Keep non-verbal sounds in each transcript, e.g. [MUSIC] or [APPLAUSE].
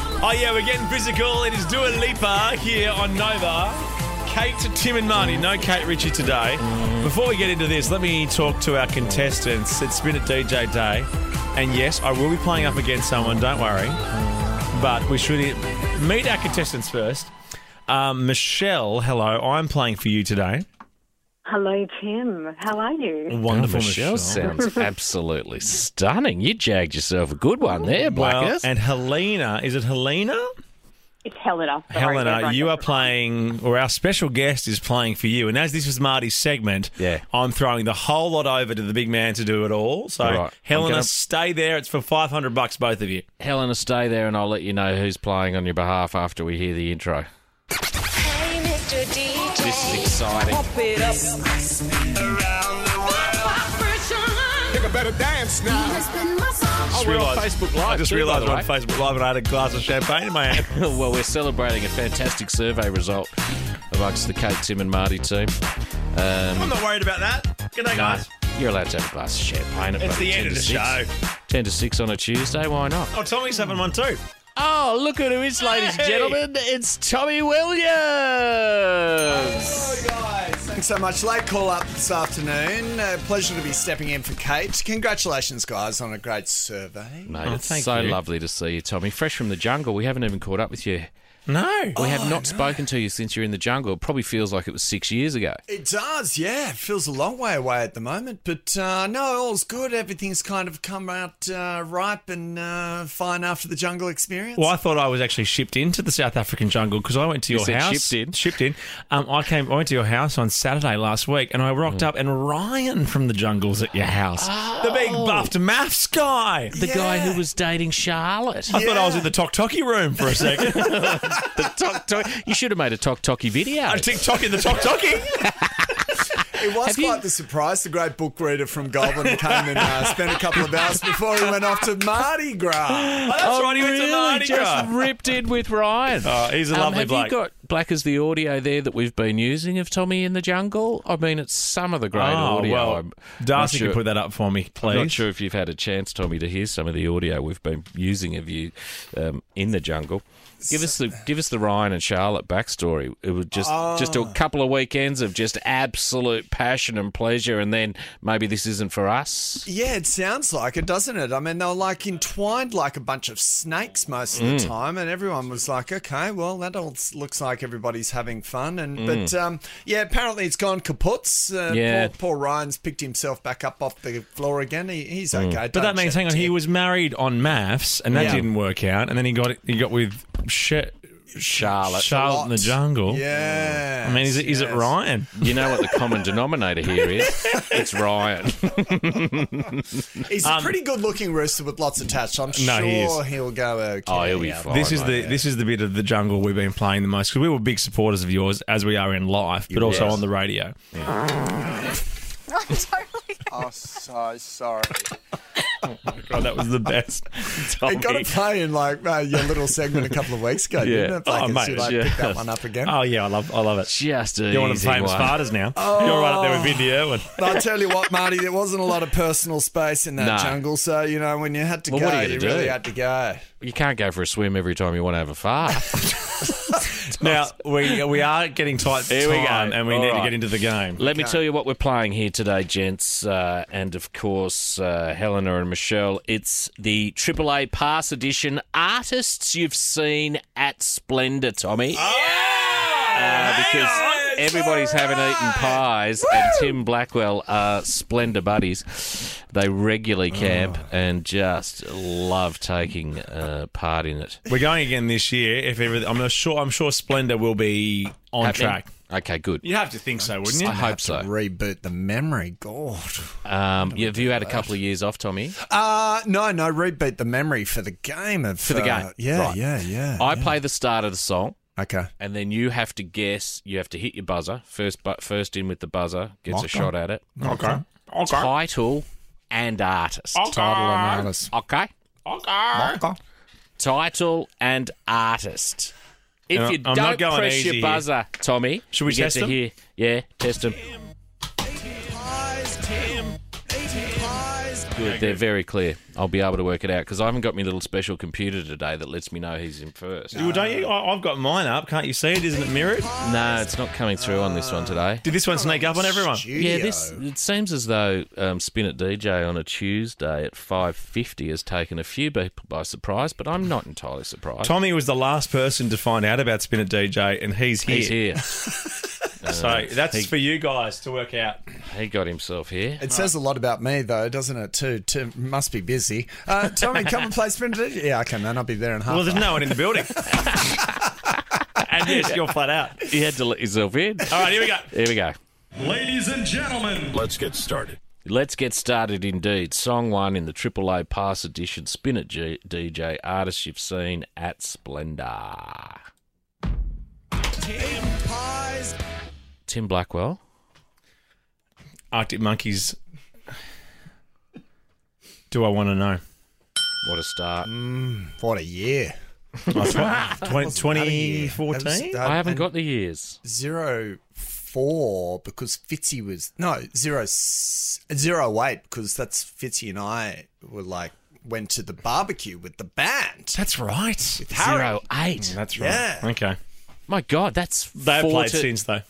Oh yeah, we're getting physical. It is Dua Lipa here on Nova. Kate, Tim, and Marnie. No Kate Ritchie today. Before we get into this, let me talk to our contestants. It's Spin It DJ Day, and yes, I will be playing up against someone. Don't worry, but we should meet our contestants first. Um, Michelle, hello. I'm playing for you today. Hello, Tim. How are you? Wonderful, Michelle, sounds absolutely stunning. You jagged yourself a good one there, Well, Blackers. and Helena, is it Helena? It's Helena. Sorry, Helena, everyone. you are playing, or our special guest is playing for you. And as this was Marty's segment, Yeah. I'm throwing the whole lot over to the big man to do it all. So, All right. Helena, I'm gonna- stay there. It's for 500 bucks, both of you. Helena, stay there, and I'll let you know who's playing on your behalf after we hear the intro. Hey, Mr. DJ. This is exciting. Nigga better dance now. Just we're on realised- Facebook Live I just too, realised by the we're on way. Facebook Live and I had a glass of champagne in my hand. [LAUGHS] well, we're celebrating a fantastic survey result amongst the Kate, Tim, and Marty team. [LAUGHS] I'm not worried about that. Good day, guys. You're allowed to have a glass of champagne at It's bloody the 10 end to of the 6. show. 10 to 6 on a Tuesday, why not? Oh, Tommy's having one too. Oh, look at who it is, ladies and Hey! gentlemen. It's Tommy Williams. Thanks so much. Late call up this afternoon. Uh, pleasure to be stepping in for Kate. Congratulations, guys, on a great survey. Mate, Oh, it's thank so you. lovely to see you, Tommy. Fresh from the jungle. We haven't even caught up with you. No. We have not spoken to you since you're in the jungle. It probably feels like it was six years ago. It does, yeah. It feels a long way away at the moment, but uh, no, all's good. Everything's kind of come out uh, ripe and uh, fine after the jungle experience. Well, I thought I was actually shipped into the South African jungle because I went to your said house. shipped in. Shipped in. Um, I came. I went to your house on Saturday last week, and I rocked Mm. up, and Ryan from the jungles at your house, the big Oh. buffed maths guy. The guy who was dating Charlotte. I thought I was in the Tok Toki room for a second. [LAUGHS] Tok Tok- you should have made a Tok Toki video. I TikTok in the Tok Toki. Oh, It was Have you- quite the surprise. The great book reader from Goblin came and uh, spent a couple of hours before he went off to Mardi Gras. That's right. He went to Oh, Really Mardi just Gras. ripped in with Ryan. Oh, he's a Um, lovely have bloke. you got black as the audio there that we've been using of Tommy in the jungle? I mean, it's some of the great Oh audio. well, I'm not Darcy sure- can put that up for me, please. I'm not sure if you've had a chance, Tommy, to hear some of the audio we've been using of you um, in the jungle. Give us the give us the Ryan and Charlotte backstory. It was just just a couple of weekends of just absolute passion and pleasure, and then maybe this isn't for us. Yeah, it sounds like it, doesn't it? I mean, they were like entwined like a bunch of snakes most of Mm. the time, and everyone was like, okay, well, that all s- looks like everybody's having fun. And Mm. But um, yeah, apparently it's gone kaputs. Uh, Yeah. poor, poor Ryan's picked himself back up off the floor again. He, he's Mm. okay. But that means, hang on, he was married on maths, and that Yeah. didn't work out. And then he got he got with Sh- Charlotte. Charlotte in the jungle. Yeah. I mean, is it, is it Ryan? You know what the common denominator here is? It's [LAUGHS] Ryan. He's a pretty good looking rooster with lots attached. I'm Um, No, he is. sure he'll go okay. Oh, he'll be out fine. This is mate. the this is the bit of the jungle we've been playing the most because we were big supporters of yours as we are in life, but also Yes. on the [LAUGHS] radio. I'm totally. Oh, so sorry. God, Oh, that was the best. It got to play in like uh, your little segment a couple of weeks Yeah. ago, Uh, didn't it? Like, Oh, it's- should mate, I pick that one up again? oh yeah, I love I love it. just a You're one of easy the famous one. fathers now. Oh. You're right up there with Vindy [LAUGHS] Irwin. But I tell you what, Marty, there wasn't a lot of personal space in that No. jungle. So you know, when you had to Well, go, what are you you gonna do? really had to go. You can't go for a swim every time you want to have a fart. Now we we are getting tight for Here we go. time, and we All need to right. get into the game. Let me tell you what we're playing here today, gents, uh, and of course uh, Helena and Michelle. It's the AAA Pass Edition artists you've seen at Splendor, Tommy. Oh, Uh, because everybody's having eaten pies, and Tim Blackwell are Splendor buddies. They regularly Oh. camp and just love taking uh, part in it. We're going again this year. If everything, I'm sure I'm sure Splendor will be on Happening? track. Okay, good. You have to think so, wouldn't you? I hope so. Reboot the memory, God. Um, have you had a couple of years off, Tommy? Uh no, no, reboot the memory for the game of for the game. yeah, Right. yeah, yeah, I play the start of the song. Okay. and then you have to guess. You have to hit your buzzer first. But first in with the buzzer gets a shot at it. Okay. Okay. Oh. Title and artist. Title and artist. Okay. Title and artist. If And I- you I'm not don't going press easy your here. buzzer, Tommy, Should we you get test to them? hear. Yeah, test them. Pies, Tim. Eating pies. Good good. They're very clear. I'll be able to work it out because I haven't got my little special computer today that lets me know he's in first. Well, don't you? I- I've got mine up. Can't you see it? Isn't it mirrored? No, it's not coming through on this one today. Did this one sneak up on everyone? Yeah, this it seems as though um, Spin at DJ on a Tuesday at five fifty has taken a few people by surprise, but I'm not entirely surprised. Tommy was the last person to find out about Spin It DJ, and he's here. He's here. So that's for you guys to work out. He got himself here. It says a lot about me, though, doesn't it? Too, too must be busy. Uh, Tommy, come and play Sprinter. Yeah, okay, man, I'll be there in half. Well, there's no one in the [LAUGHS] building. and yes, you're flat out. He had to let himself in. All right, here we go. Here we go. Ladies and gentlemen, let's get started. Let's get started indeed. Song one in the Triple A Pass Edition Spin It G- DJ artists you've seen at Splendor. Tim Blackwell. Arctic Monkeys. Do I want to know? What a start. What a year. [LAUGHS] Twen- What a year. That 2014? was- uh, I haven't and got the years. zero four because Fitzy was no zero s- zero eight because that's Fitzy and I were like went to the barbecue with the band. That's right. Zero eight. That's right. Yeah. Okay. Mm, My God, that's They have 40 played since, though.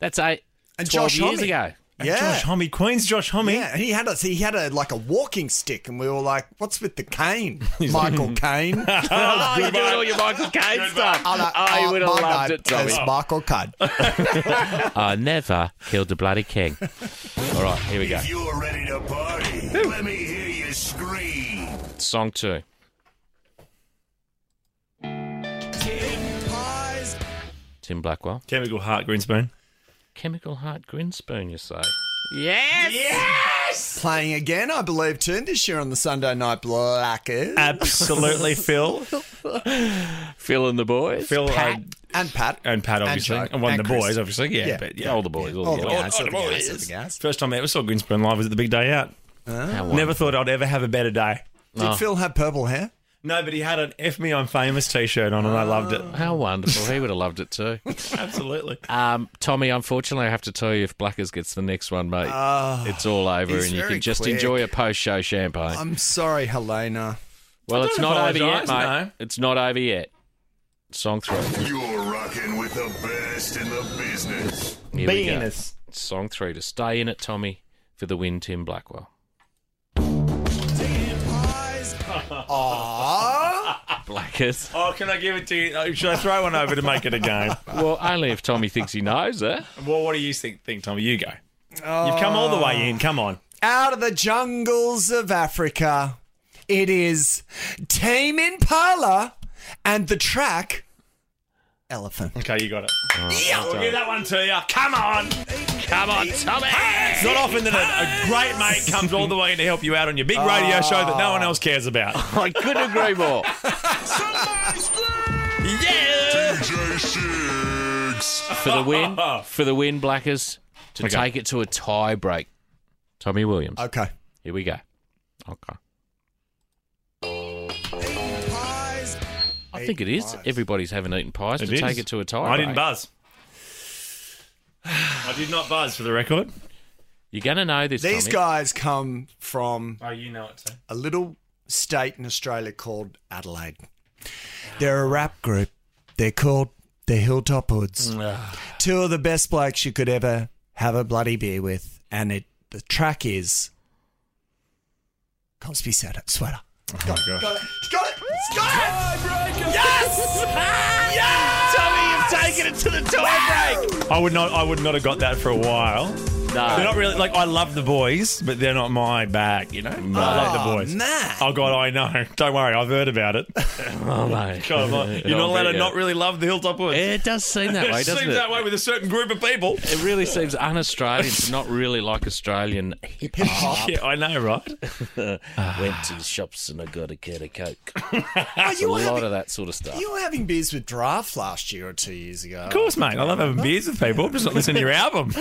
That's eight. And 12 Josh years Homme. ago. Yeah. Josh Homme, Queen's Josh Homme. Yeah, he had a he had a like a walking stick, and we were like, "What's with the cane, [LAUGHS] Michael Cane?" Oh, you're doing all your Michael Caine stuff. I oh, would have Oh, loved it, Tommy. Michael Cane. I never killed a bloody king. All right, here we go. If you're ready to party, let me hear you scream. Song two. Tim Blackwell. Chemical Heart, Greenspoon. Chemical Heart Grinspoon, you say? Yes! Playing again, I believe, too this year on the Sunday Night Blackers Absolutely, [LAUGHS] Phil. Phil uh, and the boys. Phil uh, Pat. and, and Pat and Pat, obviously. Joe. And, one And of the Chris. boys, obviously. Yeah, Yeah. but yeah. all the boys. All, All the the boys. guys, all the all the guys, all boys. the guys. First time I ever saw Greenspoon live was at the big day out. How Never thought I'd ever have a better day. Did Phil have purple hair? No, but he had an F Me I'm Famous t shirt on and I loved it. How wonderful. He would have loved it too. Ah, Absolutely. Um, Tommy, unfortunately, I have to tell you if Blackers gets the next one, mate, it's all over he's and you very can just quick. enjoy a post show champagne. I'm sorry, Helena. well, it's not over yet, mate. apologise, no. It's not over yet. Song three. You're rocking with the best in the business. [LAUGHS] Here we go. Song three to stay in it, Tommy, for the win, Tim Blackwell. Aww. Blackers. [LAUGHS] Oh, can I give it to you? Oh, Should I throw one over to make it a game? Well, only if Tommy thinks he knows, eh? [LAUGHS] Well, what do you think, think Tommy? You go. You've come all the way in. Come on. Out of the jungles of Africa, it is Team Impala and the track Elephant. Okay, you got it. yeah, we'll give that one to you. Come on. Come on, Tommy. It's not often that a, a great mate comes all the way in to help you out on your big radio show that no one else cares about. I couldn't agree more. yeah. DJ Shiggs. For the win, for the win, Blackers, to Okay. take it to a tie break. Tommy Williams. Okay. Here we go. Okay. I think it is. Everybody's having eaten pies It to is. take it to a tie I didn't break. buzz. I did not buzz for the record. You're going to know this, These Tommy. guys come from Oh, you know it too. a little state in Australia called Adelaide. They're a rap group. They're called the Hilltop Hoods. Ah. Two of the best blokes you could ever have a bloody beer with. And it the track is Cosby Sweater. Sweater. Oh, my gosh. Got it. Got it. Got it. I would not. I would not have got that for a while. They're not really like I love the boys, but they're not my bag. You know, I love the boys. man. Oh God, I know. [LAUGHS] Don't worry, I've heard about [LAUGHS] it. Oh, mate. God, I'm not- [LAUGHS] you're not allowed to Yeah. not really love the Hilltop Woods. It does seem [LAUGHS] that way, it doesn't seems it? that way with a certain group of [LAUGHS] people. It really seems un-Australian to not really like Australian uh, hip hop. Yeah, I know, right? Went to the shops and I got a can of [LAUGHS] coke. Are Ah, A you, lot having, of that sort of stuff. you were having beers with Draft last year or two years ago. Of course, mate. I love having beers with people. I'm just not listening to your album.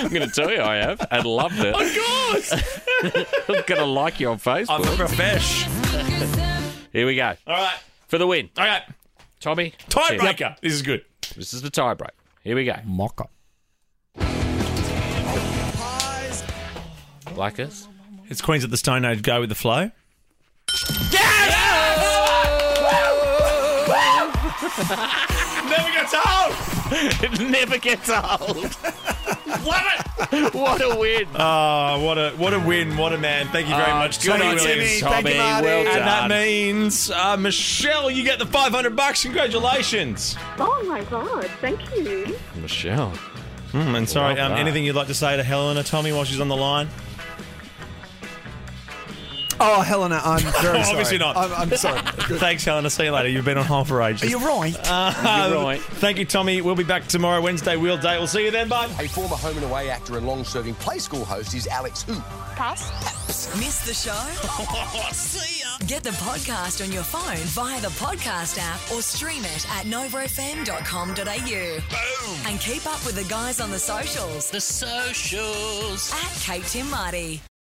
I'm going to tell you I have and loved it. Of course, I'm going to like you [LAUGHS] on I'm Facebook. a profesh. Here we go. All right, For the win. all right. Tommy. cheers. Tiebreaker. This is good. This is the tiebreak. Here we go. Mocha. Blackers. It's Queens of the Stone Age. Go with the flow. Never gets old. [LAUGHS] it never gets old. Uh, Love it. What a win. Oh, what a what a win! What a man! Thank you very Oh, much, good Tommy on you, Williams. Timmy. Thank you, Marty. well And done. that And that means uh, Michelle, you get the five hundred bucks. Congratulations, Oh my god, thank you. Michelle. and sorry, Well um, done. anything you'd like to say to Helena, Tommy, while she's on the line? Oh, Helena, I'm very sorry. [LAUGHS] Obviously not. I'm, I'm sorry. Good. Thanks, Helena. See you later. You've been on hold for ages. You're right. Uh, right. Thank you, Tommy. We'll be back tomorrow, Wednesday, Wheel Day. We'll see you then, bud. A former Home and Away actor and long-serving Play School host is Alex Hoop. Miss the show? [LAUGHS] See ya. Get the podcast on your phone via the podcast app or stream it at novofm.com.au. Boom! And keep up with the guys on the socials The socials. at Kate Tim Marty.